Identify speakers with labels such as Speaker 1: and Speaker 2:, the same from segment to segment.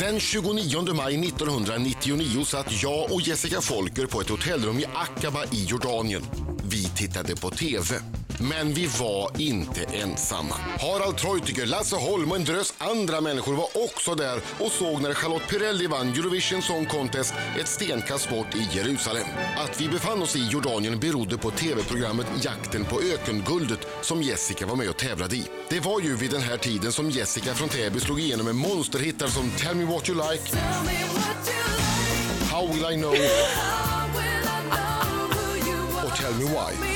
Speaker 1: Den 29 maj 1999 satt jag och Jessica Folker på ett hotellrum i Aqaba i Jordanien. Vi tittade på TV. Men vi var inte ensamma. Harald Treutiger, Lasse Holm och en drös andra människor var också där och såg när Charlotte Perrelli vann Eurovision Song Contest ett stenkast bort i Jerusalem. Att vi befann oss i Jordanien berodde på tv-programmet Jakten på ökenguldet som Jessica var med och tävlade i. Det var ju vid den här tiden som Jessica från Täby slog igenom med monsterhittar som Tell me what you like,
Speaker 2: Tell me what you like.
Speaker 1: How will I know
Speaker 2: How will I know who you
Speaker 1: och
Speaker 2: are?
Speaker 1: Tell me why.
Speaker 2: Tell me why.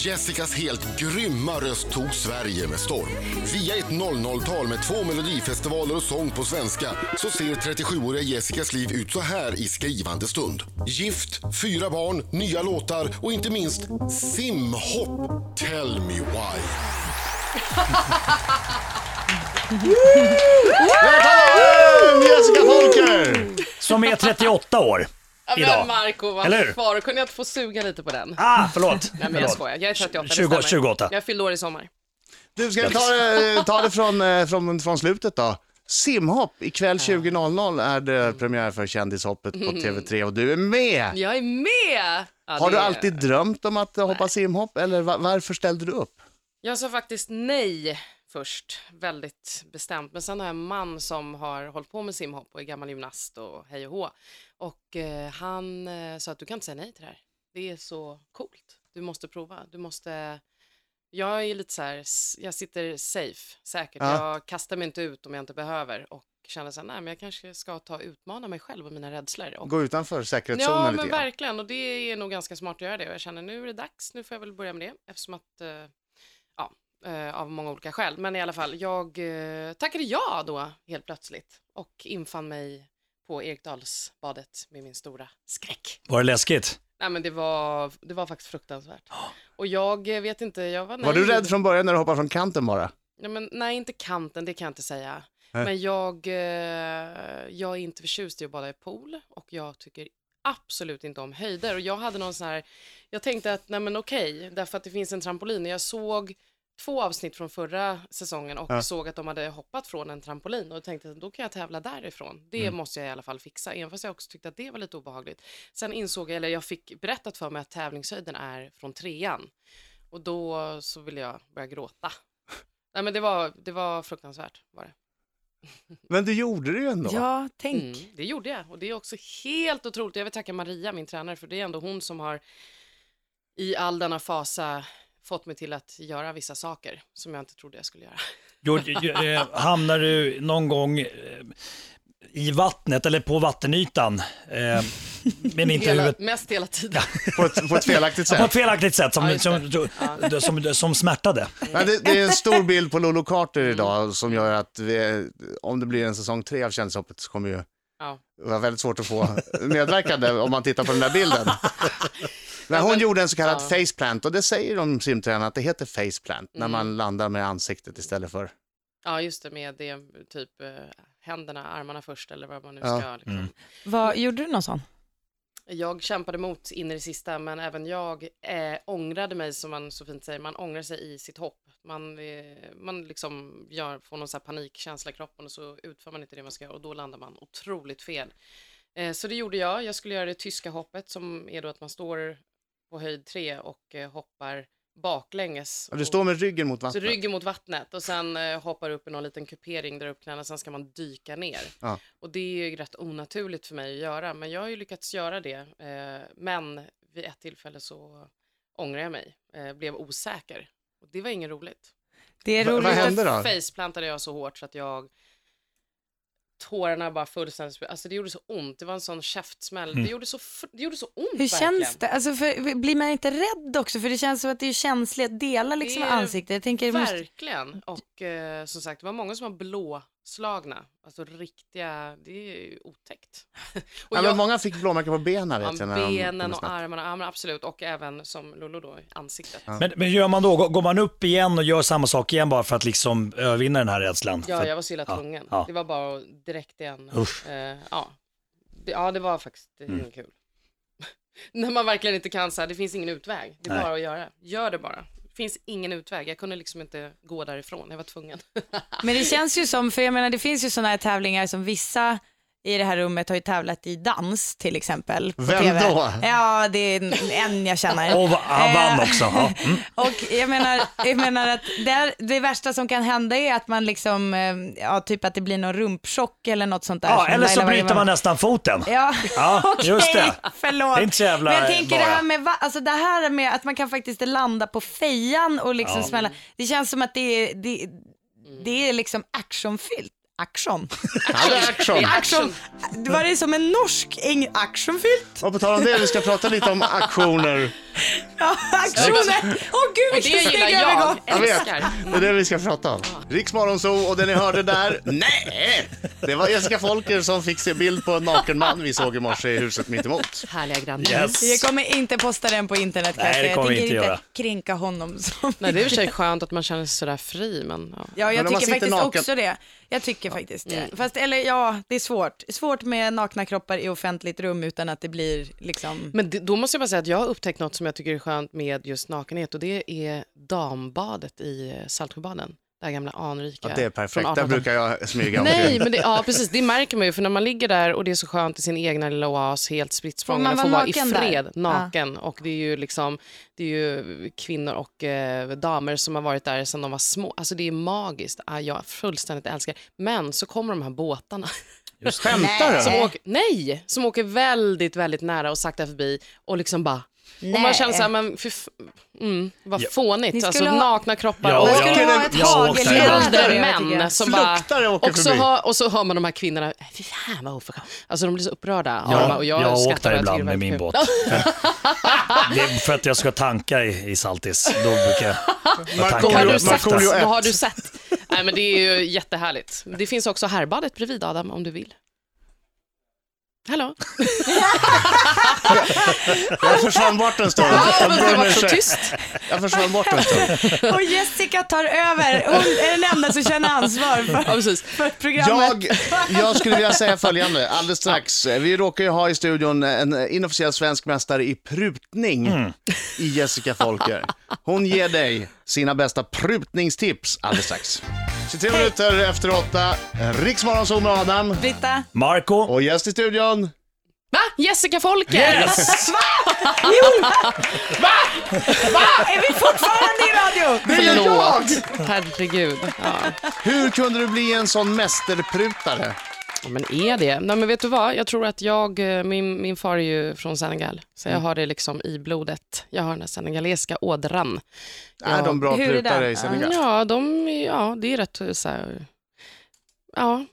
Speaker 1: Jessicas helt grymma röst tog Sverige med storm. Via ett 00-tal med två melodifestivaler och sång på svenska så ser 37-åriga Jessicas liv ut så här i skrivande stund. Gift, fyra barn, nya låtar och inte minst simhopp. Tell me why.
Speaker 3: Välkommen Jessica Folker!
Speaker 4: Som är 38 år
Speaker 5: Ja,
Speaker 4: idag.
Speaker 5: men Marco, vad
Speaker 4: Eller hur?
Speaker 5: far, kunde jag inte få suga lite på den?
Speaker 4: Ah, förlåt.
Speaker 5: Nej men jag skojar, jag är 38, det
Speaker 4: 20
Speaker 5: stämmer.
Speaker 4: 28.
Speaker 5: Jag fyllde år i sommar.
Speaker 3: Du, ska vi ta det, ta det från, eh, från, från slutet då? Simhopp, ikväll 20.00 är det
Speaker 5: Mm.
Speaker 3: premiär för Kändishoppet på TV3 och du är med!
Speaker 5: Jag är med! Ja,
Speaker 3: Har
Speaker 5: Mm. det
Speaker 3: du
Speaker 5: är-
Speaker 3: alltid drömt om att eh, hoppa simhopp eller va- varför ställde du upp?
Speaker 5: Jag sa faktiskt nej först, väldigt bestämt. Men sen har jag en man som har hållit på med simhopp och är gammal gymnast och hej och hå. Och eh, han eh, sa att du kan inte säga nej till det här. Det är så coolt. Du måste prova. Du måste... Jag är lite så här, s- jag sitter safe, säkert.
Speaker 3: Ja.
Speaker 5: Jag kastar mig inte ut om jag inte behöver och känner så här, nej men jag kanske ska ta och utmana mig själv och mina rädslor. Och
Speaker 3: Gå utanför säkerhetszonen
Speaker 5: Ja,
Speaker 3: lite
Speaker 5: men
Speaker 3: grann.
Speaker 5: verkligen. Och det är nog ganska smart att göra det. Och jag känner nu är det dags. Nu får jag väl börja med det. Eftersom att, eh, ja, eh, av många olika skäl. Men i alla fall, jag eh, tackade ja då helt plötsligt. Och infann mig på Erikdalsbadet med min stora skräck.
Speaker 4: Var det läskigt?
Speaker 5: Nej, men det var, det var faktiskt fruktansvärt. Och jag eh, vet inte, jag var
Speaker 3: Var du
Speaker 5: naiv.
Speaker 3: rädd från början när du hoppade från kanten bara?
Speaker 5: Ja, men, nej, inte kanten, det kan jag inte säga.
Speaker 3: Nej.
Speaker 5: Men jag, eh, jag är inte förtjust i att bada i pool och jag tycker absolut inte om höjder. Och jag hade någon sån här, jag tänkte att nej men okej, därför att det finns en trampolin. Jag såg två avsnitt från förra säsongen och
Speaker 3: Ja.
Speaker 5: såg att de hade hoppat från en trampolin och tänkte att då kan jag tävla därifrån.
Speaker 3: Mm.
Speaker 5: Det måste jag i alla fall fixa, även fast jag också tyckte att det var lite obehagligt. Sen insåg jag, eller jag fick berättat för mig att tävlingshöjden är från trean. Och då så ville jag börja gråta. Nej men det var, det var fruktansvärt var det.
Speaker 3: Men du gjorde det ju ändå.
Speaker 6: Ja, tänk.
Speaker 5: Mm, det gjorde jag och det är också helt otroligt. Jag vill tacka Maria, min tränare, för det är ändå hon som har i all denna fasa fått mig till att göra vissa saker som jag inte trodde jag skulle göra.
Speaker 4: Gjorde, eh, hamnar du någon gång eh, i vattnet eller på vattenytan? Eh, men inte
Speaker 5: Hela,
Speaker 4: huvudet?
Speaker 5: mest hela tiden.
Speaker 3: På, ett, på ett felaktigt
Speaker 4: På
Speaker 3: sätt.
Speaker 4: ett felaktigt sätt
Speaker 5: Ja,
Speaker 4: som,
Speaker 5: just
Speaker 4: som, som, som, som smärtade.
Speaker 3: Men det, det är en stor bild på Lolo Carter
Speaker 5: Mm.
Speaker 3: idag som gör att vi, om det blir en säsong tre av Kändishoppet så kommer ju
Speaker 5: Ja.
Speaker 3: Det var väldigt svårt att få medverkande om man tittar på den där bilden. Men hon gjorde en så kallad
Speaker 5: ja. Mm.
Speaker 3: faceplant och det säger de simtränarna att det heter faceplant när man landar med ansiktet istället för.
Speaker 5: ja, just det med det, typ eh, händerna, armarna först eller vad man nu
Speaker 3: Ja. mm.
Speaker 5: ska. Liksom.
Speaker 6: Vad, gjorde du någon sån?
Speaker 5: Jag kämpade mot in i det sista, men även jag eh, ångrade mig, som man så fint säger. Man ångrar sig i sitt hopp. Man, eh, man liksom gör, får någon så här panikkänsla i kroppen och så utför man inte det man ska göra och då landar man otroligt fel. Eh, så det gjorde jag. Jag skulle göra det tyska hoppet som är då att man står på höjd tre och eh, hoppar baklänges.
Speaker 3: Ja, Du
Speaker 5: och-
Speaker 3: står med ryggen mot
Speaker 5: så
Speaker 3: vattnet.
Speaker 5: ryggen mot vattnet och sen eh, hoppar upp i någon liten kupering, drar upp knäna, sen ska man dyka ner.
Speaker 3: Ja.
Speaker 5: Och det är ju rätt onaturligt för mig att göra, men jag har ju lyckats göra det. Eh, men vid ett tillfälle så ångrar jag mig, eh, blev osäker. Och det var inget roligt.
Speaker 6: Det är
Speaker 3: Va-
Speaker 6: roligt.
Speaker 3: vad
Speaker 6: att-
Speaker 3: hände då?
Speaker 5: Faceplantade jag så hårt så att jag tårarna bara fullständigt, sp- alltså det gjorde så ont, det var en sån käftsmäll,
Speaker 3: Mm.
Speaker 5: det, gjorde så, fr- det gjorde så ont
Speaker 6: Hur känns
Speaker 5: verkligen.
Speaker 6: det? Alltså, för, blir man inte rädd också? För det känns som att det är känsliga delar liksom,
Speaker 5: Det
Speaker 6: med
Speaker 5: är
Speaker 6: ansiktet. Jag tänker, det måste...
Speaker 5: Verkligen. Och eh, som sagt, det var många som var blåslagna. Alltså riktiga, det är ju otäckt.
Speaker 3: Ja,
Speaker 5: och jag-
Speaker 3: men många fick blåmärken på benen.
Speaker 5: ja,
Speaker 3: Vet jag, när de
Speaker 5: benen
Speaker 3: kommer
Speaker 5: och
Speaker 3: snabbt.
Speaker 5: armarna, ja, men absolut. Och även som Lollo då, ansiktet. Ja.
Speaker 4: Men, men gör man då, går går man upp igen och gör samma sak igen bara för att liksom övervinna den här rädslan? för,
Speaker 5: jag var så illa tvungen.
Speaker 4: ja.
Speaker 5: Det var bara att direkt igen.
Speaker 4: Usch.
Speaker 5: Eh, ja. Det, ja, det var faktiskt det är
Speaker 3: Mm.
Speaker 5: inget kul. När man verkligen inte kan så här, det finns ingen utväg. Det är
Speaker 4: Nej.
Speaker 5: bara att göra. Gör det bara. finns ingen utväg. Jag kunde liksom inte gå därifrån. Jag var tvungen.
Speaker 6: Men det känns ju som, för jag menar det finns ju sådana här tävlingar som vissa i det här rummet har ju tävlat i dans till exempel. På
Speaker 3: Vem
Speaker 6: TV.
Speaker 3: då?
Speaker 6: Ja, det är en- en jag känner.
Speaker 4: Och va- han vann
Speaker 6: Eh,
Speaker 4: också. Ja. Mm.
Speaker 6: Och jag menar, jag menar att det, det värsta som kan hända är att man liksom, eh, ja typ att det blir någon rumpchock eller något sånt där.
Speaker 4: Ja,
Speaker 6: som
Speaker 4: eller så
Speaker 6: Laila var
Speaker 4: bryter
Speaker 6: inne på.
Speaker 4: man nästan foten.
Speaker 6: Ja,
Speaker 4: Ja,
Speaker 6: okej,
Speaker 4: just det.
Speaker 6: förlåt.
Speaker 4: Det är inte så jävla
Speaker 6: Men jag tänker det
Speaker 4: bara.
Speaker 6: här, med, va- alltså det här med att man kan faktiskt landa på fejan och liksom smälla. Det känns som att det är, det, det är liksom actionfyllt. Action.
Speaker 3: Ja, det är action.
Speaker 6: action. Var det som en norsk eng- actionfyllt?
Speaker 3: Och på tal om det, vi ska prata lite om aktioner.
Speaker 6: Ja, actioner. Åh gud
Speaker 5: Och det
Speaker 6: vilken
Speaker 5: gillar
Speaker 6: snygg
Speaker 5: jag.
Speaker 6: övergång.
Speaker 3: Jag vet.
Speaker 5: Älskar.
Speaker 3: Det är det vi ska prata om. Riks Morgonzoo och det ni hörde där, nej! Det var Jessica Folker som fick se bild på en naken man vi såg i morse i huset mittemot.
Speaker 5: Härliga grannar.
Speaker 4: Yes.
Speaker 6: Jag kommer inte posta den på internet
Speaker 4: Nej,
Speaker 6: kanske.
Speaker 4: det kommer
Speaker 6: jag
Speaker 4: vi
Speaker 6: tänker
Speaker 4: inte göra.
Speaker 6: kränka honom så
Speaker 5: Nej, det är i och för sig skönt att man känner sig sådär fri, men ja.
Speaker 6: Ja,
Speaker 3: Men
Speaker 6: jag
Speaker 3: om man sitter
Speaker 6: tycker faktiskt
Speaker 3: naken-
Speaker 6: också det. Jag tycker faktiskt
Speaker 5: Mm.
Speaker 6: det. Fast, eller ja, det är svårt. Svårt med nakna kroppar i offentligt rum utan att det blir liksom...
Speaker 5: Men det, då måste jag bara säga att jag har upptäckt något som jag tycker är skönt med just nakenhet och det är dambadet i eh, Saltsjöbaden. Det här gamla anrika.
Speaker 3: Ja, det är perfekt,
Speaker 5: från
Speaker 3: där
Speaker 5: 1800-talet.
Speaker 3: brukar jag smyga.
Speaker 5: Nej, men det, ja, precis. Det märker man ju, för när man ligger där och det är så skönt i sin egna lilla oas, helt spritt
Speaker 6: Får man
Speaker 5: språngande, får
Speaker 6: vara
Speaker 5: vara i
Speaker 6: naken där?
Speaker 5: fred,
Speaker 6: Ja.
Speaker 5: naken. Och det är ju liksom, det är ju kvinnor och eh, damer som har varit där sedan de var små. Alltså det är magiskt. Ah, jag fullständigt älskar det. Men så kommer de här båtarna.
Speaker 3: Skämtar du?
Speaker 5: Som åker, nej, som åker väldigt, väldigt nära och sakta förbi och liksom bara... Och man känner såhär, men fy f- mm, vad
Speaker 6: Ni
Speaker 5: fånigt.
Speaker 6: skulle
Speaker 5: Alltså
Speaker 6: ha-
Speaker 5: nakna kroppar
Speaker 4: Ja,
Speaker 5: och
Speaker 6: Man
Speaker 4: ja.
Speaker 6: skulle ha ett
Speaker 4: jag åkte
Speaker 6: hagelgevär
Speaker 4: Fluktar
Speaker 5: äldre
Speaker 6: bredvid, tycker
Speaker 5: män
Speaker 6: jag.
Speaker 5: som bara...
Speaker 3: Fluktare åker
Speaker 5: och, så
Speaker 3: förbi.
Speaker 5: hör, och så hör man de här kvinnorna, "Äh, fy fan vad oförskämt. Alltså de blir så upprörda. av
Speaker 4: Ja,
Speaker 5: dem, och
Speaker 4: jag, åkte
Speaker 5: skrattar och tycker
Speaker 4: ibland
Speaker 5: det är
Speaker 4: med min
Speaker 5: väldigt
Speaker 4: båt.
Speaker 5: kul.
Speaker 4: det är för att jag ska tanka i, i Saltis. Då brukar jag, jag
Speaker 3: Markoolio-
Speaker 5: Har
Speaker 4: tankar
Speaker 5: du
Speaker 3: Markoolio
Speaker 4: oftast.
Speaker 5: sett? Då
Speaker 3: ett.
Speaker 5: har du sett. Nej men det är ju jättehärligt. Det finns också härbadet bredvid Adam om du vill. Hallå?
Speaker 3: Jag försvann bort en stund.
Speaker 5: Ja,
Speaker 3: Jag
Speaker 5: men
Speaker 3: ber
Speaker 5: det
Speaker 3: om
Speaker 5: var så
Speaker 3: ursäkt.
Speaker 5: tyst.
Speaker 3: Jag försvann bort en stund.
Speaker 5: Alltså-
Speaker 6: Och Jessica tar över. Hon är den enda som känner ansvar
Speaker 5: Ja,
Speaker 6: för,
Speaker 5: precis.
Speaker 6: för programmet.
Speaker 3: Jag, jag skulle vilja säga följande alldeles strax. Vi råkar ju ha i studion en inofficiell svensk mästare i prutning
Speaker 6: Mm.
Speaker 3: i Jessica Folker. Hon ger dig sina bästa prutningstips alldeles strax. 23 minuter efter åtta, Riksmorgonzoo med Adam
Speaker 6: Britta,
Speaker 4: Marco,
Speaker 3: och gäst i studion.
Speaker 5: Va? Jessica Folker?
Speaker 4: yes!
Speaker 6: är vi fortfarande i radio?
Speaker 3: Det är jag!
Speaker 5: Herregud. Ja.
Speaker 3: Hur kunde du bli en sån mästerprutare?
Speaker 5: Ja, men är det? Nej, men vet du vad? Jag tror att jag, eh, min, min far är ju från Senegal, så
Speaker 3: Mm.
Speaker 5: jag har det liksom i blodet. Jag har den här senegalesiska ådran.
Speaker 3: Är
Speaker 5: Ja.
Speaker 3: de bra
Speaker 6: Hur är det?
Speaker 3: prutare i
Speaker 6: Ja.
Speaker 3: Senegal?
Speaker 5: Ja, de, är- ja, det är rätt eh, så här, ja,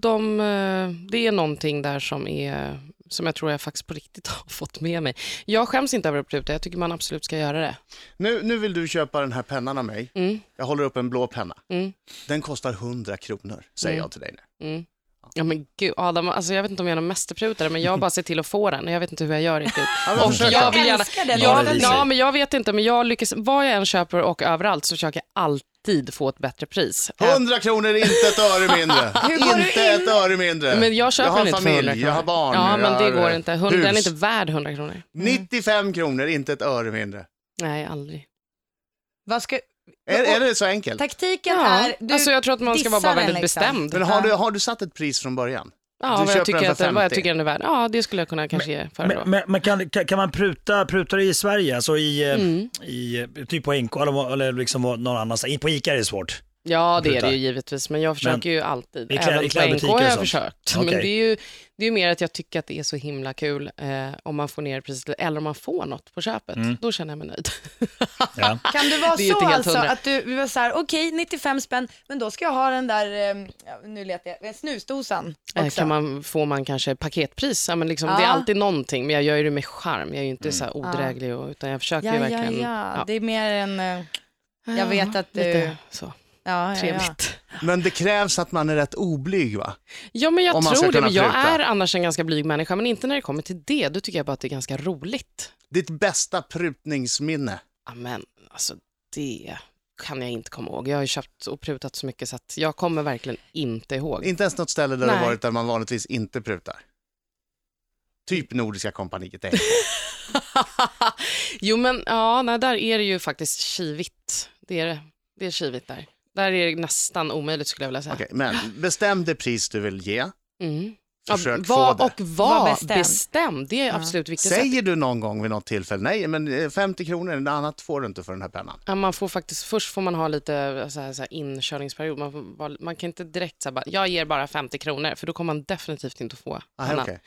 Speaker 5: de, eh, det är någonting där som är som jag tror jag faktiskt på riktigt har fått med mig. Jag skäms inte över att pruta, jag tycker man absolut ska göra det.
Speaker 3: Nu, nu vill du köpa den här pennan av mig.
Speaker 6: Mm.
Speaker 3: Jag håller upp en blå penna.
Speaker 5: Mm.
Speaker 3: Den kostar 100 kronor, säger
Speaker 6: Mm.
Speaker 3: jag till dig nu.
Speaker 5: Ja men gud Adam, alltså jag vet inte om jag är någon mästerprutare men jag bara ser till att få den och jag vet inte hur jag gör riktigt.
Speaker 3: men
Speaker 5: och
Speaker 3: försök.
Speaker 5: jag vill gärna,
Speaker 6: älskar den
Speaker 4: Ja, det
Speaker 5: jag,
Speaker 6: låten.
Speaker 4: visar
Speaker 5: ja
Speaker 4: sig.
Speaker 5: men jag vet inte men jag lyckas, vad jag än köper och överallt så försöker jag alltid få ett bättre pris. Eh,
Speaker 3: 100 kronor, inte ett öre mindre.
Speaker 6: går du
Speaker 3: inte
Speaker 6: in?
Speaker 3: ett öre mindre.
Speaker 5: Men jag köper
Speaker 3: jag har
Speaker 5: den inte för 100
Speaker 3: familj,
Speaker 5: kronor.
Speaker 3: jag har barn.
Speaker 5: Ja men
Speaker 3: jag
Speaker 5: det
Speaker 3: har,
Speaker 5: går
Speaker 3: eh,
Speaker 5: inte, Hund, den är
Speaker 3: hus.
Speaker 5: inte Mm. värd 100 kronor.
Speaker 3: 95 kronor, inte ett öre mindre.
Speaker 5: Nej aldrig.
Speaker 6: Vad ska,
Speaker 3: Är, är det så enkelt?
Speaker 6: taktiken
Speaker 5: Ja,
Speaker 6: är... Du,
Speaker 5: alltså jag tror att man ska vara bara
Speaker 6: dissar den
Speaker 5: väldigt
Speaker 6: liksom.
Speaker 5: bestämd.
Speaker 3: Men har du, har du satt ett pris från början?
Speaker 5: Ja,
Speaker 3: du
Speaker 5: vad
Speaker 3: köper
Speaker 5: jag, tycker
Speaker 3: den
Speaker 5: att
Speaker 3: för
Speaker 5: den, vad jag
Speaker 3: 50.
Speaker 5: tycker den är värd. Ja, det skulle jag kunna kanske ge för
Speaker 4: Men,
Speaker 5: då.
Speaker 4: men, men kan, kan kan man pruta, prutar i Sverige? Alltså i, eh, i eh, typ på NK eller, eller liksom någon annanstans. På ICA är det svårt.
Speaker 5: Ja, det är
Speaker 4: Pruta.
Speaker 5: det ju givetvis, men jag försöker ju alltid.
Speaker 4: i klä- i
Speaker 5: Även på NK
Speaker 4: klädbutiker och
Speaker 5: har jag
Speaker 4: sånt.
Speaker 5: försökt.
Speaker 4: Okej.
Speaker 5: Men det är, ju, det är ju mer att jag tycker att det är så himla kul eh, om man får ner priset, eller om man får något på köpet. Då känner jag mig nöjd.
Speaker 4: Mm. Ja.
Speaker 6: Kan det vara
Speaker 5: Det är ju
Speaker 6: så
Speaker 5: inte helt
Speaker 6: alltså
Speaker 5: hundra.
Speaker 6: att du vi var så här, okej 95 spänn, men då ska jag ha den där, eh, ja, nu letar jag, snusdosan
Speaker 5: Eh,
Speaker 6: också.
Speaker 5: kan man, får man kanske paketpris? Ja, men liksom, Det är
Speaker 6: Ja.
Speaker 5: alltid någonting, men jag gör ju det med charm. Jag är ju inte
Speaker 4: Mm.
Speaker 5: så här odräglig, och, utan jag försöker
Speaker 6: ja,
Speaker 5: ju
Speaker 6: ja, ja,
Speaker 5: verkligen.
Speaker 6: det är mer en, eh, jag vet att du-
Speaker 5: Lite så,
Speaker 6: ja, ja, ja.
Speaker 5: trevligt.
Speaker 3: Men det krävs att man är rätt oblyg va?
Speaker 5: Ja, men
Speaker 3: Om
Speaker 5: jag
Speaker 3: man ska
Speaker 5: tror det.
Speaker 3: kunna
Speaker 5: Men jag
Speaker 3: pruta.
Speaker 5: är annars en ganska blyg människa, men inte när det kommer till det. Då tycker jag bara att det är ganska roligt.
Speaker 3: Ditt bästa prutningsminne?
Speaker 5: Ja, men alltså det kan jag inte komma ihåg. Jag har ju köpt och prutat så mycket så att jag kommer verkligen inte ihåg.
Speaker 3: Inte ens något ställe där du
Speaker 5: Nej.
Speaker 3: varit där man vanligtvis inte prutar? Typ Nordiska kompaniet.
Speaker 5: jo, men ja, nej, där är det ju faktiskt kivigt. Det är det. Det är kivigt där. Där är det nästan omöjligt skulle jag vilja säga.
Speaker 3: Okej, men bestäm det pris du vill ge.
Speaker 5: Mm.
Speaker 3: Försök
Speaker 5: ja,
Speaker 3: få
Speaker 5: var,
Speaker 3: det.
Speaker 5: Och var,
Speaker 6: Var bestämd.
Speaker 5: bestämd. Det är absolut viktigt.
Speaker 3: Säger du någon gång vid något tillfälle, nej men eh, 50 kronor, något annat får du inte för den här pennan.
Speaker 5: Ja, man får faktiskt, först får man ha lite så här, så här inkörningsperiod. Man, får, vara- man kan inte direkt säga jag ger bara 50 kronor, för då kommer man definitivt inte att få.
Speaker 3: Ah,
Speaker 5: annan.
Speaker 3: okej.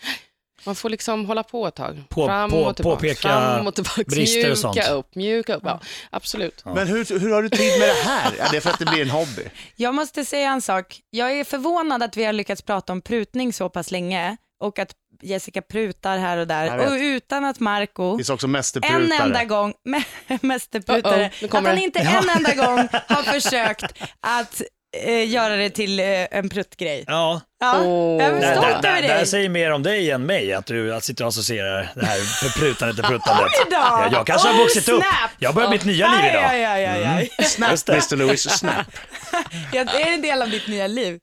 Speaker 5: Man får liksom hålla på ett tag.
Speaker 4: På-
Speaker 5: fram
Speaker 4: på-
Speaker 5: och tillbaka.
Speaker 4: påpeka
Speaker 5: fram och tillbaka.
Speaker 4: brister och
Speaker 5: mjuka
Speaker 4: sånt.
Speaker 5: upp, mjuka upp. Ja, absolut.
Speaker 3: Men hur, hur har du tid med det här? Ja, det är för att det blir en hobby.
Speaker 6: Jag måste säga en sak. Jag är förvånad att vi har lyckats prata om prutning så pass länge och att Jessica prutar här och
Speaker 3: Jag
Speaker 6: där
Speaker 3: vet.
Speaker 6: och utan att Marco
Speaker 3: Det är också
Speaker 6: en enda
Speaker 3: mästerprutare.
Speaker 6: gång, mä- mästerprutare,
Speaker 5: Uh-oh, nu
Speaker 6: att
Speaker 5: kommer
Speaker 6: han
Speaker 5: det.
Speaker 6: inte en enda gång har försökt att eh, göra det till eh, en pruttgrej.
Speaker 4: Ja.
Speaker 6: Ja,
Speaker 5: Åh.
Speaker 6: Jag är
Speaker 5: Där,
Speaker 4: Det,
Speaker 5: där,
Speaker 6: stolt över
Speaker 4: det, det här
Speaker 6: dig.
Speaker 4: säger mer om dig än mig, att du att sitter och associerar det här för prutandet och pruttandet.
Speaker 6: Oj då!
Speaker 4: Ja, jag kanske har
Speaker 6: Oh,
Speaker 4: vuxit upp.
Speaker 6: snap!
Speaker 4: Jag börjar mitt nya liv
Speaker 6: Aj,
Speaker 4: idag.
Speaker 6: aj, aj, aj, aj.
Speaker 3: Snap, Mr Lewis, snap.
Speaker 6: Jag är en del av ditt nya liv.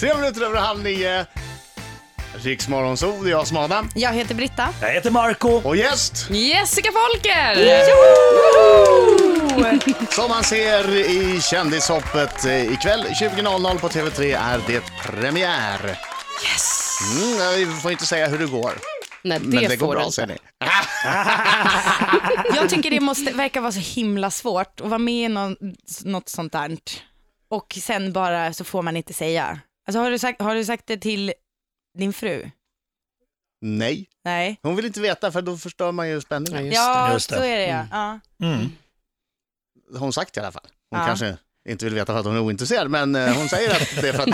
Speaker 3: Tre minuter över halv nio. Riksmorgonzoo, det är jag som är Adam.
Speaker 6: Jag heter Britta.
Speaker 4: Jag heter Marco.
Speaker 3: Och gäst,
Speaker 5: Jessica Folker!
Speaker 3: som man ser i Kändishoppet eh, ikväll 20.00 på TV3 är det premiär.
Speaker 5: Yes!
Speaker 3: Mm, ja, vi får inte säga hur det går.
Speaker 5: Nej, det,
Speaker 3: Men det,
Speaker 5: får
Speaker 3: går
Speaker 5: du
Speaker 3: bra,
Speaker 5: inte.
Speaker 3: säger ni.
Speaker 6: Jag tycker det måste verka vara så himla svårt att vara med i någon, något sånt där. Och sen bara så får man inte säga. Alltså har du sagt, har du sagt det till din fru?
Speaker 3: Nej,
Speaker 6: Nej.
Speaker 3: hon vill inte veta för då förstör man ju
Speaker 5: Ja,
Speaker 3: spänningen.
Speaker 5: just det.
Speaker 6: Ja,
Speaker 4: Just det.
Speaker 6: så är det ja. ja.
Speaker 4: Mm.
Speaker 3: har hon sagt i alla fall. Hon
Speaker 6: Ja.
Speaker 3: kanske inte vill veta för att hon är ointresserad, men eh, hon säger att det är för att...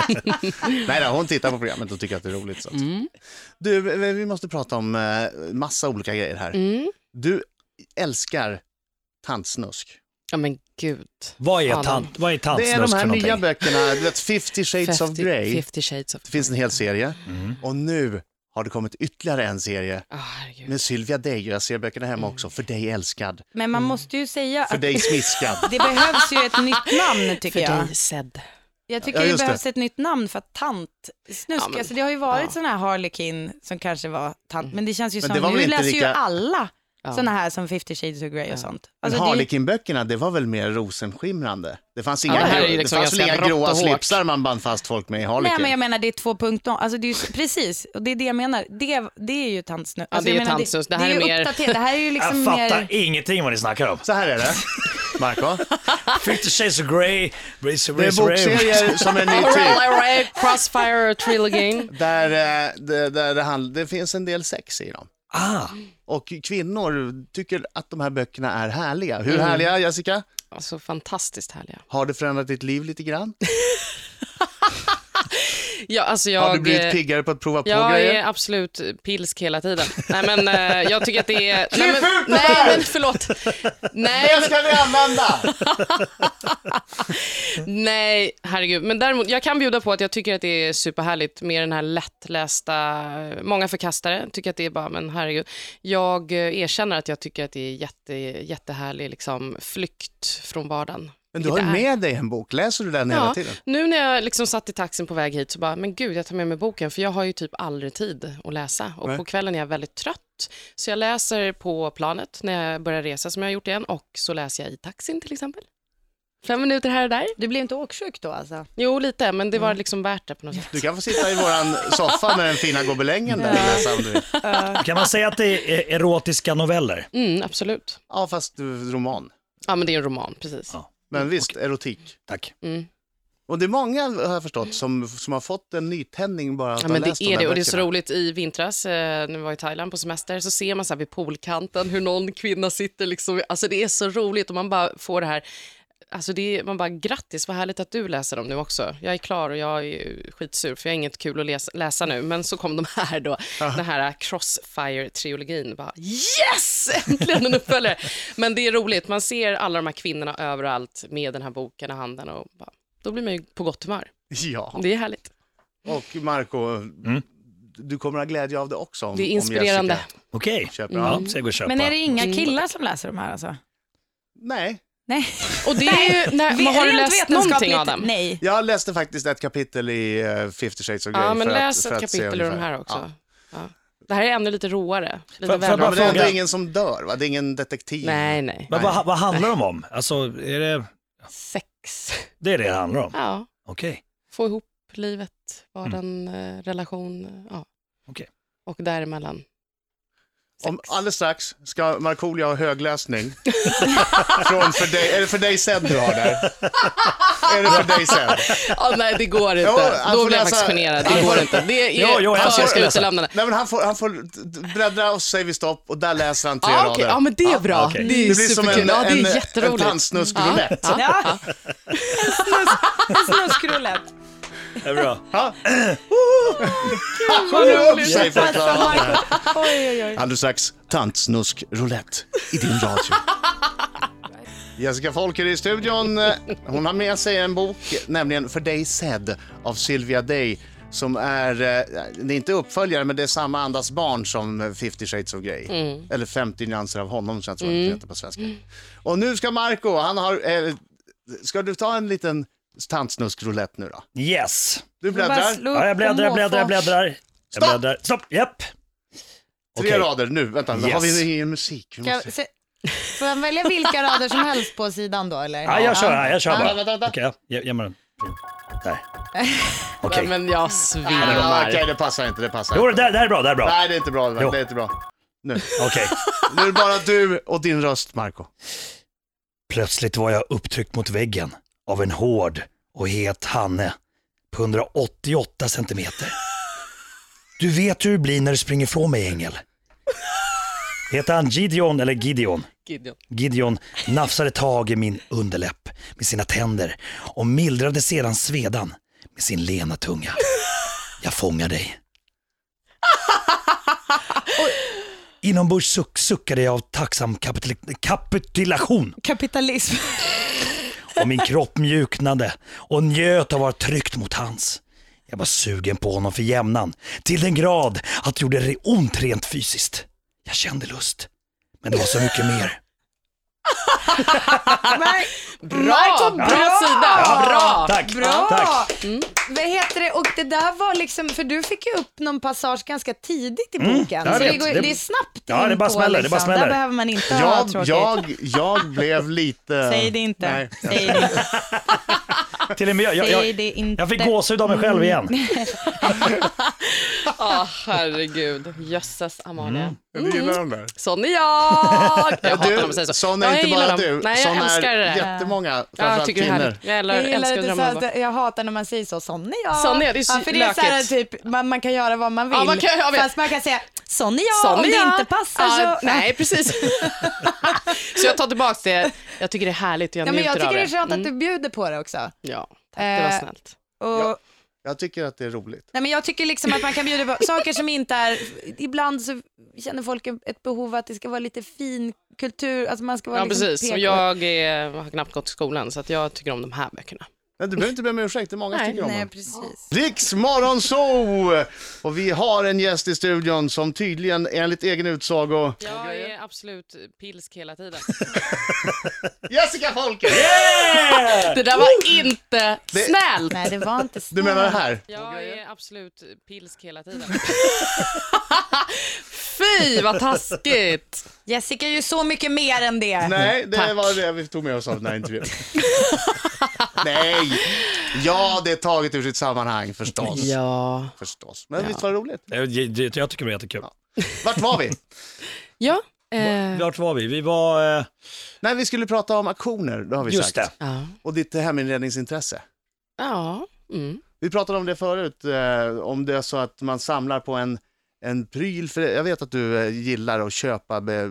Speaker 3: Nej, då, hon tittar på programmet och tycker att det är roligt. Så. att- Du, eh, vi måste prata om eh, massa olika grejer här.
Speaker 5: Mm.
Speaker 3: Du älskar tantsnusk.
Speaker 5: Ja, men gud.
Speaker 4: Vad är,
Speaker 5: Adam.
Speaker 4: tant, vad är
Speaker 3: Det är de
Speaker 4: tantsnusk
Speaker 3: här
Speaker 4: för
Speaker 3: nya
Speaker 4: någonting?
Speaker 3: böckerna, du vet 50 shades of
Speaker 5: 50
Speaker 3: Grey.
Speaker 5: 50 shades of
Speaker 3: Det finns en hel serie.
Speaker 4: Mm.
Speaker 3: Och nu har det kommit ytterligare en serie
Speaker 5: Ah, herregud.
Speaker 3: med Sylvia Deger. Jag ser böckerna hemma också. För dig älskad,
Speaker 6: Men man måste ju säga
Speaker 3: för
Speaker 6: att
Speaker 3: dig smiskad.
Speaker 6: det behövs ju ett nytt namn
Speaker 5: För
Speaker 6: tycker jag.
Speaker 5: dig sedd.
Speaker 6: Jag tycker
Speaker 3: Ja,
Speaker 6: det
Speaker 3: just det.
Speaker 6: behövs ett nytt namn för att tantsnusk,
Speaker 5: Ja, men-
Speaker 6: alltså det har ju varit
Speaker 5: ja.
Speaker 6: sådana här Harlequin som kanske var tant, men det känns ju
Speaker 3: Mm. Men det var
Speaker 6: som,
Speaker 3: väl
Speaker 6: nu
Speaker 3: inte
Speaker 6: läser ju
Speaker 3: lika-
Speaker 6: alla
Speaker 5: Ja.
Speaker 6: sådana här som 50 shades of Grey och sånt. Alltså,
Speaker 3: men
Speaker 6: det är ju-
Speaker 3: Harlekinböckerna, det var väl mer rosenskimrande? Det fanns inga,
Speaker 5: det här är
Speaker 3: grå,
Speaker 5: ju
Speaker 3: det
Speaker 5: liksom
Speaker 3: fanns väl
Speaker 5: ganska
Speaker 3: inga
Speaker 5: rått
Speaker 3: gråa
Speaker 5: och hårt.
Speaker 3: slipsar man band fast folk med i
Speaker 6: Nej
Speaker 3: Harlekin?
Speaker 6: men jag menar det är 2.0, alltså det är ju, precis, och det är det jag menar. Det, det är ju tantsnusk. Alltså,
Speaker 5: det
Speaker 6: jag
Speaker 5: är
Speaker 6: menar,
Speaker 5: tantsnusk. Det här
Speaker 6: det
Speaker 5: är
Speaker 6: ju
Speaker 5: mer-
Speaker 6: uppdaterat. Det här är ju liksom
Speaker 4: Jag fattar
Speaker 6: mer...
Speaker 4: ingenting vad ni snackar om.
Speaker 3: Så här är det, Marco.
Speaker 4: 50 shades of grey, Race
Speaker 3: Det är bokserier som är ny till.
Speaker 5: All right, Crossfire Trilogy.
Speaker 3: Där, eh, det, där det, handl- det finns en del sex i dem.
Speaker 4: Ah,
Speaker 3: Och kvinnor tycker att de här böckerna är härliga. Hur
Speaker 5: Mm.
Speaker 3: härliga, Jessica?
Speaker 5: Alltså fantastiskt härliga.
Speaker 3: Har det förändrat ditt liv lite grann?
Speaker 5: Ja, alltså jag,
Speaker 3: Har du blivit
Speaker 5: eh,
Speaker 3: piggare på att prova på
Speaker 5: Jag
Speaker 3: grejer?
Speaker 5: är absolut pilsk hela tiden. Nej men eh, jag tycker att det är... Nej men,
Speaker 3: Klipp ut det
Speaker 5: nej,
Speaker 3: här!
Speaker 5: men förlåt. Nej,
Speaker 3: Det ska vi använda!
Speaker 5: men, nej, herregud. Men däremot, jag kan bjuda på att jag tycker att det är superhärligt med den här lättlästa, många förkastare tycker att det är bara, men herregud. Jag eh, erkänner att jag tycker att det är jätte, jättehärlig liksom, flykt från vardagen.
Speaker 3: Men du har
Speaker 5: Vilket
Speaker 3: ju
Speaker 5: det är.
Speaker 3: med dig en bok, läser du den hela tiden?
Speaker 5: Nu när jag liksom satt i taxin på väg hit så bara, men gud, jag tar med mig boken för jag har ju typ aldrig tid att läsa och
Speaker 3: Nej.
Speaker 5: på kvällen är jag väldigt trött. Så jag läser på planet när jag börjar resa som jag har gjort igen och så läser jag i taxin till exempel. Fem minuter här och där.
Speaker 6: Du blir inte åksjuk då alltså?
Speaker 5: Jo, lite, men det var liksom värt det på något sätt.
Speaker 3: Du kan få sitta i våran soffa med den fina gobelängen där och läsa om du vill.
Speaker 4: kan man säga att det är erotiska noveller?
Speaker 5: Mm, absolut.
Speaker 3: Ja, fast eh, roman.
Speaker 5: Ja, men det är en roman, precis.
Speaker 4: Ja.
Speaker 3: Men visst, erotik.
Speaker 4: Tack.
Speaker 5: Mm.
Speaker 3: Och det är många, har jag förstått, som, som har fått en nytändning bara att
Speaker 5: Ja,
Speaker 3: ha
Speaker 5: men det
Speaker 3: läst de
Speaker 5: är
Speaker 3: där
Speaker 5: det och det är så
Speaker 3: böckerna.
Speaker 5: roligt i vintras eh, när vi var i Thailand på semester så ser man så här vid poolkanten hur någon kvinna sitter liksom, alltså det är så roligt och man bara får det här Alltså det är, man bara grattis, vad härligt att du läser dem nu också. Jag är klar och jag är skitsur för jag har inget kul att läsa, läsa nu. Men så kom de här då, den här Crossfire-trilogin. Bara, yes! Äntligen en uppföljare. Men det är roligt, man ser alla de här kvinnorna överallt med den här boken i handen och bara, då blir man ju på gott humör.
Speaker 3: Ja,
Speaker 5: Det är härligt.
Speaker 3: och Marco, du kommer ha glädje av det också. Om,
Speaker 5: Det är inspirerande.
Speaker 3: Om Jessica
Speaker 4: Okej.
Speaker 3: köper.
Speaker 4: Ja,
Speaker 3: Ja.
Speaker 4: så jag går och köper.
Speaker 6: Men är det inga killar som läser de här alltså?
Speaker 3: Nej,
Speaker 6: Nej.
Speaker 5: Och det är ju, när,
Speaker 6: Vi-
Speaker 5: men har du
Speaker 6: rent
Speaker 5: läst någonting
Speaker 6: vetenskapligt,
Speaker 5: Adam?
Speaker 6: Nej.
Speaker 3: Jag läste faktiskt ett kapitel i eh, 50 shades of Grey.
Speaker 5: Ja, men
Speaker 3: för
Speaker 5: läs
Speaker 3: att,
Speaker 5: ett
Speaker 3: för att se
Speaker 5: kapitel ur de
Speaker 3: ungefär.
Speaker 5: här också.
Speaker 3: Ja.
Speaker 5: Ja. Det här är ännu lite råare. Lite
Speaker 4: Får- får jag
Speaker 3: Ja,
Speaker 5: välare.
Speaker 3: men det är ändå
Speaker 4: Fråga.
Speaker 3: ingen som dör, va? Det är ingen detektiv.
Speaker 5: Nej, nej.
Speaker 4: Men vad, vad handlar de om? Alltså, är det,
Speaker 5: Sex.
Speaker 4: det är det det handlar om?
Speaker 5: Ja,
Speaker 4: Okej.
Speaker 5: få ihop livet, vardagen, eh, relation. Ja.
Speaker 4: Mm. Okej.
Speaker 5: Och däremellan. Sex.
Speaker 3: Om alldeles strax ska Markoolio ha högläsning. Från för dig, är det för dig sen du har där? är det för dig sen?
Speaker 5: Ja, nej, det går inte.
Speaker 3: Jo, han
Speaker 5: Då
Speaker 3: får
Speaker 5: blir jag
Speaker 3: läsa-
Speaker 5: faktiskt generad.
Speaker 3: han
Speaker 5: Det
Speaker 3: får-
Speaker 5: går inte. Det är
Speaker 4: Jo, jo, jag
Speaker 5: för-
Speaker 4: ska
Speaker 5: jag ska
Speaker 4: läsa.
Speaker 5: utelämna det.
Speaker 3: Nej, men han får, han får bläddra och så säger vi stopp och där läser han tre
Speaker 5: Ja,
Speaker 3: rader.
Speaker 5: Ah, okej. ja, men det är bra.
Speaker 4: okej.
Speaker 5: Det är
Speaker 3: det blir som
Speaker 5: superkul.
Speaker 3: en,
Speaker 5: ja, det
Speaker 3: en,
Speaker 5: är
Speaker 3: en
Speaker 5: jätteroligt.
Speaker 3: tandsnuskroulette.
Speaker 5: Ja, ja, ja.
Speaker 6: Snuskroulett.
Speaker 4: Det är bra.
Speaker 3: Håll upp sig för att klara av det här.
Speaker 6: Oj, oj, oj.
Speaker 3: Alldeles strax, tantsnuskroulette i din radio. Jessica Folker i studion. Hon har med sig en bok, nämligen För dig sedd av Sylvia Day som är, eh, det är inte uppföljare, men det är samma andas barn som 50 shades of Grey. Eller 50 nyanser av honom, känns som mm. heter på svenska. Och nu ska Marco, han har... Eh, ska du ta en liten tantsnuskroulette nu då?
Speaker 4: Yes.
Speaker 3: Du
Speaker 6: Bara
Speaker 3: bläddrar,
Speaker 6: slå
Speaker 4: Ja, jag
Speaker 6: upp
Speaker 4: bläddrar, jag
Speaker 6: på
Speaker 4: bläddrar, jag
Speaker 6: måfå.
Speaker 4: bläddrar. Jag
Speaker 3: Stopp!
Speaker 4: bläddrar. Stopp! Japp.
Speaker 3: tre
Speaker 4: Okej.
Speaker 3: rader nu. Vänta, nu har
Speaker 4: Yes.
Speaker 3: vi ingen musik. Vi
Speaker 6: Ska
Speaker 3: måste...
Speaker 6: jag se- Får jag välja vilka rader som helst på sidan då eller?
Speaker 4: Ja, jag kör, ja, jag kör
Speaker 6: Ja.
Speaker 4: bara.
Speaker 3: vänta, vänta.
Speaker 4: Okej, ja, ge mig den. Där. Okej.
Speaker 5: Nej, Men jag
Speaker 3: Ah,
Speaker 5: svimmar.
Speaker 3: Okej, det passar inte, det passar
Speaker 4: Jo,
Speaker 3: inte.
Speaker 4: det där, det här är bra, det här är bra.
Speaker 3: Nej, det är inte bra.
Speaker 4: Jo.
Speaker 3: Det är inte bra. Nu.
Speaker 4: Okej.
Speaker 3: nu är det bara du och din röst, Marco.
Speaker 4: Plötsligt var jag upptryckt mot väggen av en hård och het hanne på 188 centimeter. Du vet hur det blir när du springer ifrån mig, ängel. Heter han Gideon eller Gideon?
Speaker 5: Gideon.
Speaker 4: Gideon nafsade tag i min underläpp med sina tänder och mildrade sedan svedan med sin lena tunga. Jag fångar dig. Och inombords suck suckade jag av tacksam kapitul- kapitulation
Speaker 6: Kapitalism.
Speaker 4: och min kropp mjuknade och njöt av att vara tryckt mot hans. Jag var sugen på honom för jämnan, till den grad att det gjorde re- ont rent fysiskt. Jag kände lust, men det var så mycket mer.
Speaker 5: Bra! Bra sida! Bra!
Speaker 4: Ah, Tack!
Speaker 6: Bra!
Speaker 4: Tack.
Speaker 6: Vad heter det? Och det där var liksom, för du fick ju upp någon passage ganska tidigt i boken.
Speaker 4: jag
Speaker 6: så det,
Speaker 4: vet.
Speaker 6: går,
Speaker 4: Mm. Det-
Speaker 6: det, är snabbt
Speaker 4: Ja, det
Speaker 6: in
Speaker 4: bara
Speaker 6: på,
Speaker 4: smäller, det bara smäller.
Speaker 6: Där behöver man inte ha
Speaker 3: Jag,
Speaker 6: tråkigt.
Speaker 3: jag, jag blev lite...
Speaker 6: Säg det inte.
Speaker 3: Nej.
Speaker 6: Säg det inte.
Speaker 4: Till och med jag, jag,
Speaker 6: Säg
Speaker 4: jag,
Speaker 6: det inte.
Speaker 4: jag fick gåshud av mig själv igen.
Speaker 5: Mm. Ja, herregud. Jösses Amalia. Mm.
Speaker 3: Du Mm. gillar de där.
Speaker 5: Sån är jag! Jag hatar när man säger så.
Speaker 3: sån
Speaker 5: Ja,
Speaker 3: är
Speaker 5: jag
Speaker 3: inte
Speaker 5: gillar
Speaker 3: bara
Speaker 5: dem.
Speaker 3: du.
Speaker 5: Nej, jag
Speaker 3: sån
Speaker 5: älskar
Speaker 3: är
Speaker 5: det. där.
Speaker 3: jättemånga,
Speaker 5: Ja, jag
Speaker 3: framförallt
Speaker 5: tycker det är
Speaker 3: kvinnor.
Speaker 5: härligt. Jag gillar,
Speaker 6: Jag, gillar
Speaker 5: älskar
Speaker 6: inte så
Speaker 5: drömmar.
Speaker 6: att, jag hatar när man säger så, sån är jag.
Speaker 5: Sån är jag, det är så
Speaker 6: ja, för det är så här,
Speaker 5: lökigt.
Speaker 6: typ, man, man kan göra vad man vill,
Speaker 5: Ja, man kan- jag vet.
Speaker 6: fast man kan säga sån är jag
Speaker 5: Sån
Speaker 6: om
Speaker 5: är
Speaker 6: det
Speaker 5: jag.
Speaker 6: inte passar.
Speaker 5: Ja,
Speaker 6: så.
Speaker 5: Nej, precis. så jag tar tillbaka det. Jag tycker det är härligt och jag
Speaker 6: Ja, men
Speaker 5: njuter
Speaker 6: jag tycker
Speaker 5: av
Speaker 6: det
Speaker 5: det.
Speaker 6: är skönt att
Speaker 5: Mm.
Speaker 6: du bjuder på det också.
Speaker 5: Ja, tack. Det var
Speaker 6: Eh,
Speaker 5: snällt.
Speaker 6: Och,
Speaker 3: Jag tycker att det är roligt.
Speaker 6: Nej, men jag tycker liksom att man kan bjuda på saker som inte är... Ibland så känner folk ett behov att det ska vara lite fin kultur. Alltså man ska vara
Speaker 5: Ja,
Speaker 6: liksom
Speaker 5: precis. Och
Speaker 6: PK.
Speaker 5: jag är, har knappt gått i skolan, så att jag tycker om de här böckerna.
Speaker 3: Men du behöver inte be om ursäkt, det är många som
Speaker 5: Nej,
Speaker 3: tycker om
Speaker 6: Nej,
Speaker 3: det.
Speaker 6: precis.
Speaker 3: Riks Morgonzoo! Och vi har en gäst i studion som tydligen enligt egen utsago...
Speaker 5: Jag är absolut pilsk hela tiden.
Speaker 3: Jessica Folker!
Speaker 5: Det där var inte
Speaker 3: Det-
Speaker 5: snällt!
Speaker 6: Nej, det var inte
Speaker 3: Du menar det här?
Speaker 5: Jag är absolut pilsk hela tiden. Fy, vad taskigt!
Speaker 6: Jessica är ju så mycket mer än det.
Speaker 3: Nej, det
Speaker 5: Tack.
Speaker 3: var det vi tog med oss av den här intervjun. Nej! Ja, det är taget ur sitt sammanhang förstås.
Speaker 5: Ja.
Speaker 3: förstås. Men visst var det roligt?
Speaker 4: Jag, jag, jag tycker det var jättekul.
Speaker 3: Vart var vi?
Speaker 5: Ja. Eh,
Speaker 4: Vart var vi? Vi var... Eh,
Speaker 3: Nej, vi skulle prata om auktioner, det har vi
Speaker 4: just det.
Speaker 3: sagt.
Speaker 5: ja.
Speaker 3: Och ditt heminredningsintresse.
Speaker 5: Ja. Mm.
Speaker 3: Vi pratade om det förut, eh, om det är så att man samlar på en, en pryl. För jag vet att du eh, gillar att köpa be, eh,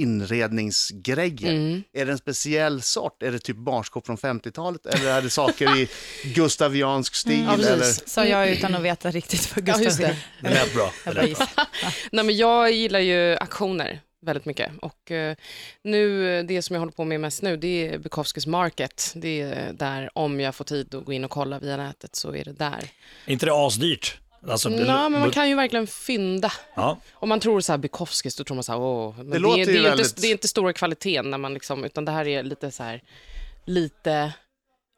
Speaker 3: inredningsgrejer.
Speaker 5: Mm.
Speaker 3: Är det en speciell sort? Är det typ barskåp från 50-talet? Eller är det saker i gustaviansk stil?
Speaker 5: Ja, precis.
Speaker 3: eller?
Speaker 6: Sa jag utan att veta riktigt vad Gustav
Speaker 5: Ja, just det.
Speaker 6: vill.
Speaker 4: Det lät bra. Det lät bra.
Speaker 5: Nej, men jag gillar ju auktioner väldigt mycket. Och eh, nu, eh, det som jag håller på med mest nu, det är Bukowskis Market. Det är eh, där, om jag får tid att gå in och kolla via nätet, så är det där.
Speaker 4: inte det asdyrt? Alltså, det-
Speaker 5: Mm, Ja, men man kan ju verkligen fynda.
Speaker 4: ja.
Speaker 5: Om man tror så här Bukowskis, då tror man så här, åh. Men det,
Speaker 3: låter ju
Speaker 5: är, det, är
Speaker 3: väldigt-
Speaker 5: inte, det är inte stora kvaliteten när man liksom, utan det här är lite så här, lite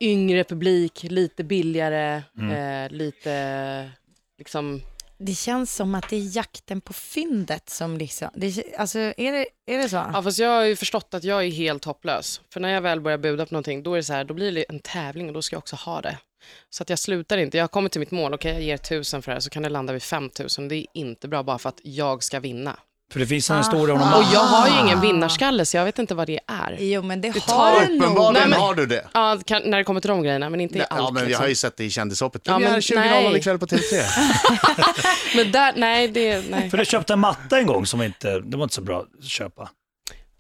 Speaker 5: yngre publik, lite billigare,
Speaker 3: Mm.
Speaker 5: eh, lite liksom,
Speaker 6: Det känns som att det är jakten på fyndet som liksom, det, alltså är det, är det så?
Speaker 5: ja fast jag har ju förstått att jag är helt hopplös. För när jag väl börjar buda på någonting, då är det så här, då blir det en tävling och då ska jag också ha det. Så att jag slutar inte, jag kommer till mitt mål, okej jag ger tusen för det här, så kan det landa vid 5000. Det är inte bra bara för att jag ska vinna.
Speaker 4: För det finns en historia om de
Speaker 5: Och jag har
Speaker 3: Ah.
Speaker 5: ju ingen vinnarskalle, så jag vet inte vad det är.
Speaker 6: Jo men det
Speaker 5: tar
Speaker 6: har du nog.
Speaker 3: Uppenbarligen
Speaker 5: Nej, men-
Speaker 3: har du det.
Speaker 5: Ja, det kan, när det kommer till de grejerna, men inte i
Speaker 3: Nej,
Speaker 5: allt.
Speaker 3: ja, men jag
Speaker 5: liksom.
Speaker 3: har ju sett det i kändishoppet.
Speaker 5: Ja,
Speaker 3: Premiär
Speaker 5: men
Speaker 3: 20.00
Speaker 5: nej.
Speaker 3: ikväll på TV3.
Speaker 5: men där, nej, det, nej.
Speaker 4: För du köpte en matta en gång som inte, det var inte så bra att köpa.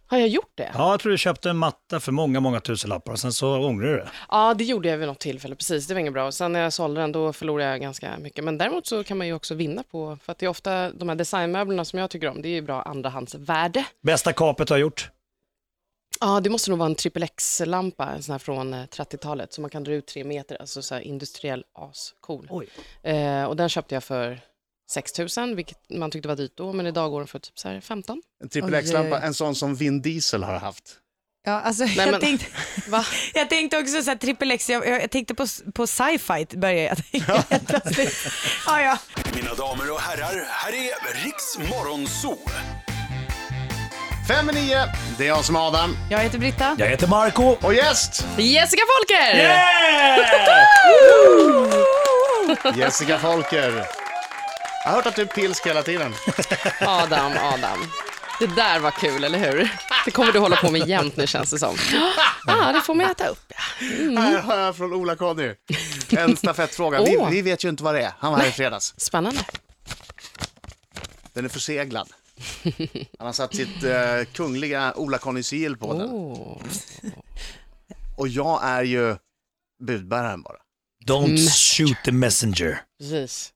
Speaker 5: Har jag gjort det?
Speaker 4: Ja, jag tror du köpte en matta för många, många tusenlappar och sen så ångrar du det.
Speaker 5: Ja, det gjorde jag vid något tillfälle, precis. Det var inget bra. Och Sen när jag sålde den, då förlorade jag ganska mycket. Men däremot så kan man ju också vinna på, för att det är ofta de här designmöblerna som jag tycker om, det är ju bra andrahandsvärde.
Speaker 4: Bästa kapet du har gjort?
Speaker 5: Ja, det måste nog vara en triple X-lampa, en sån här från eh, 30-talet, som man kan dra ut tre meter, alltså så här industriell ascool.
Speaker 4: Oj.
Speaker 5: Eh, och den köpte jag för 6 000, vilket man tyckte var dyrt då, men idag går den för typ så här 15.
Speaker 3: En triple X-lampa, en sån som Vin Diesel har haft.
Speaker 6: Ja, alltså,
Speaker 5: Nej,
Speaker 6: jag,
Speaker 5: men-
Speaker 6: tänkte,
Speaker 5: Va?
Speaker 6: jag tänkte också så här triple X, jag, jag tänkte på, på sci-fi började jag tänka helt plötsligt. Ja, ja.
Speaker 7: Mina damer och herrar, här är Riks Morgonzoo.
Speaker 3: Fem i nio, det är jag som är Adam.
Speaker 6: Jag heter Britta.
Speaker 4: Jag heter Marco.
Speaker 3: Och gäst,
Speaker 5: Jessica Folker!
Speaker 3: Jessica Folker. Jag har hört att du är pilsk hela tiden.
Speaker 5: Adam, Adam. Det där var kul, eller hur? Det kommer du hålla på med jämt nu känns det som. ah, det får man äta upp. Mm.
Speaker 3: Här har jag från ola Conny. En stafettfråga.
Speaker 5: Åh.
Speaker 3: Vi, vi vet ju inte vad det är. Han var här i fredags.
Speaker 5: Spännande.
Speaker 3: Den är förseglad. Han har satt sitt eh, kungliga ola Conny sigill på den.
Speaker 5: Oh.
Speaker 3: Och jag är ju budbäraren bara.
Speaker 4: Don't shoot the messenger.
Speaker 5: Precis.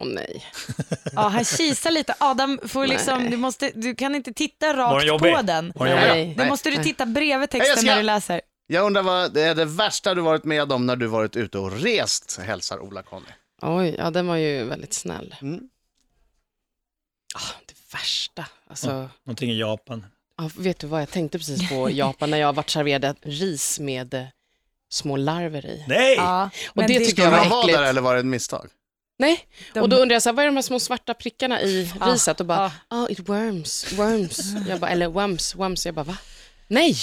Speaker 5: Åh nej.
Speaker 6: Ja, han kisar lite. Adam, får liksom, du, måste, du kan inte titta
Speaker 4: Var
Speaker 6: rakt
Speaker 4: den jobbig?
Speaker 6: på den.
Speaker 4: Var den jobbig?
Speaker 5: Nej.
Speaker 6: Då måste du titta bredvid
Speaker 3: Hej,
Speaker 6: texten
Speaker 3: Jessica!
Speaker 6: när du läser.
Speaker 3: Jag undrar vad det är det värsta du varit med om när du varit ute och rest, hälsar ola Conny.
Speaker 5: Oj, ja den var ju väldigt snäll. Ah, det värsta. Alltså,
Speaker 4: Någonting i Japan.
Speaker 5: ja, vet du vad jag tänkte precis på i Japan när jag vart serverad ris med eh, små larver i?
Speaker 4: Nej!
Speaker 6: Ja,
Speaker 5: Och
Speaker 6: men
Speaker 5: det
Speaker 6: det-
Speaker 5: tycker
Speaker 3: Ska
Speaker 5: jag
Speaker 3: man vara
Speaker 5: var
Speaker 3: där
Speaker 5: äckligt.
Speaker 3: eller var det ett misstag?
Speaker 5: Nej,
Speaker 6: De-
Speaker 5: och då undrar jag så här, vad är de här små svarta prickarna i
Speaker 6: Ah,
Speaker 5: riset? Och
Speaker 6: ah.
Speaker 5: bara, oh, it worms, worms. Jag bara, eller worms, worms. Jag bara, va? Nej!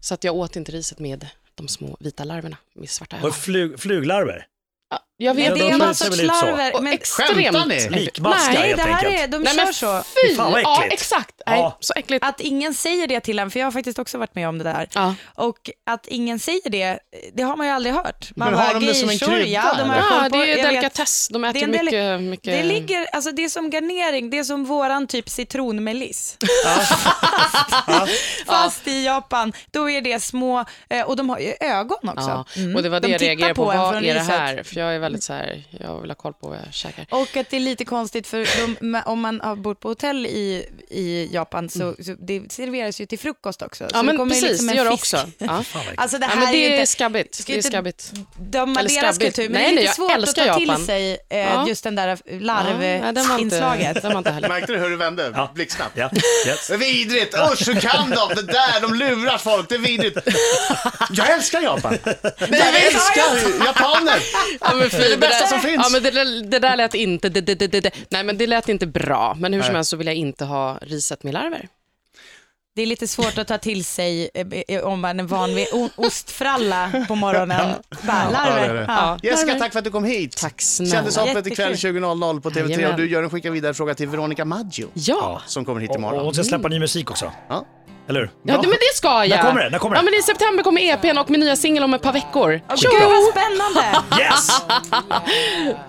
Speaker 5: Så att jag åt inte riset med de små vita larverna, med svarta ögon.
Speaker 4: Och flug, fluglarver.
Speaker 5: Ja, Jag
Speaker 6: Men
Speaker 5: vet
Speaker 6: det
Speaker 5: inte.
Speaker 6: är
Speaker 4: de
Speaker 6: någon
Speaker 4: ser
Speaker 6: sorts
Speaker 4: väl ut så.
Speaker 6: larver.
Speaker 5: Och
Speaker 6: Men,
Speaker 3: Skämtar ni?
Speaker 4: Likmaskar
Speaker 5: Nej,
Speaker 6: nej,
Speaker 4: helt
Speaker 6: det här
Speaker 4: enkelt.
Speaker 6: är, de
Speaker 5: Nej
Speaker 6: kör
Speaker 5: men
Speaker 6: så.
Speaker 5: fy!
Speaker 4: Fan, vad
Speaker 5: ja,
Speaker 4: äckligt.
Speaker 5: exakt. Nej,
Speaker 4: Ja.
Speaker 5: Så äckligt.
Speaker 6: Att ingen säger det till en, för jag har faktiskt också varit med om det där.
Speaker 5: Ja.
Speaker 6: Och att ingen säger det, det har man ju aldrig hört. Man
Speaker 3: Men
Speaker 6: bara,
Speaker 3: har de det som en
Speaker 6: geishor,
Speaker 3: krydda,
Speaker 6: Ja, de
Speaker 3: eller?
Speaker 6: har
Speaker 5: Ja,
Speaker 6: koll på,
Speaker 5: det är
Speaker 6: jag vet.
Speaker 5: delikatess. De
Speaker 6: Det
Speaker 5: äter
Speaker 6: är en delik-
Speaker 5: mycket, mycket...
Speaker 6: Det ligger, alltså det är som garnering, det är som våran typ citronmeliss. fast, fast i Japan, då är det små, eh, och de har ju ögon också.
Speaker 5: Ja.
Speaker 6: Mm.
Speaker 5: Och det var det
Speaker 6: de
Speaker 5: jag
Speaker 6: tittar
Speaker 5: reagerade på.
Speaker 6: en
Speaker 5: Vad
Speaker 6: från
Speaker 5: är det
Speaker 6: riset.
Speaker 5: här? För jag är väldigt så här, jag vill ha koll på vad jag käkar.
Speaker 6: Och att det är lite konstigt för de, ma- om man har bott på hotell i, i Japan så, så det serveras ju till frukost också. så
Speaker 5: Mm. Ja, men
Speaker 6: det kommer ju
Speaker 5: precis.
Speaker 6: liksom
Speaker 5: det
Speaker 6: en
Speaker 5: gör det
Speaker 6: fisk.
Speaker 5: också. Ja.
Speaker 6: Alltså det
Speaker 5: Ja,
Speaker 6: här
Speaker 5: men
Speaker 6: är ju
Speaker 5: det är
Speaker 6: inte,
Speaker 5: skabbigt.
Speaker 6: ska
Speaker 5: Det är
Speaker 6: inte
Speaker 5: skabbigt.
Speaker 6: döma
Speaker 5: Eller
Speaker 6: deras
Speaker 5: skabbigt.
Speaker 6: kultur, men
Speaker 5: Nej,
Speaker 6: det är
Speaker 5: nej,
Speaker 6: lite
Speaker 5: jag
Speaker 6: svårt att ta
Speaker 5: älskar
Speaker 6: till
Speaker 5: Japan.
Speaker 6: sig eh,
Speaker 5: Ja.
Speaker 6: just den där
Speaker 5: nej, den var inte-
Speaker 6: larvinslaget.
Speaker 5: Den var inte heller.
Speaker 3: Märkte du hur du vände
Speaker 4: Ja.
Speaker 3: blixtsnabbt?
Speaker 4: Ja, yes.
Speaker 3: Det är vidrigt! Usch, hur kan de? Det där, de lurar folk, det är vidrigt. Jag älskar Japan. Jag älskar japaner.
Speaker 5: Ja, men fy, det,
Speaker 3: bästa
Speaker 5: där,
Speaker 3: som finns.
Speaker 5: Ja, men det, där, det där lät inte... Det, det, det, det, det. Nej, men det lät inte bra. Men hur som helst så vill jag inte ha riset med larver.
Speaker 6: Det är lite svårt att ta till sig eh, eh, om man är van vid o- ostfralla på morgonen. Bara,
Speaker 3: Ja, det är det.
Speaker 6: larver. Ja.
Speaker 3: Jessica, tack för att du kom hit.
Speaker 5: Tack snälla.
Speaker 3: Kändishoppet
Speaker 6: Jättekul.
Speaker 3: ikväll 20.00 på TV3 och
Speaker 5: Jajamän.
Speaker 3: du gör en skicka vidare fråga till Veronica Maggio
Speaker 5: Ja.
Speaker 3: som kommer hit
Speaker 4: Och, och
Speaker 3: imorgon.
Speaker 4: hon ska släppa ny musik också.
Speaker 3: Ja.
Speaker 4: Eller hur?
Speaker 6: Mm.
Speaker 5: Ja, men det ska jag.
Speaker 4: När kommer det? När kommer det? Alltså,
Speaker 5: Ja, men I september kommer E EPn och min nya singel om ett par veckor.
Speaker 6: Gud vad spännande!
Speaker 4: Yes!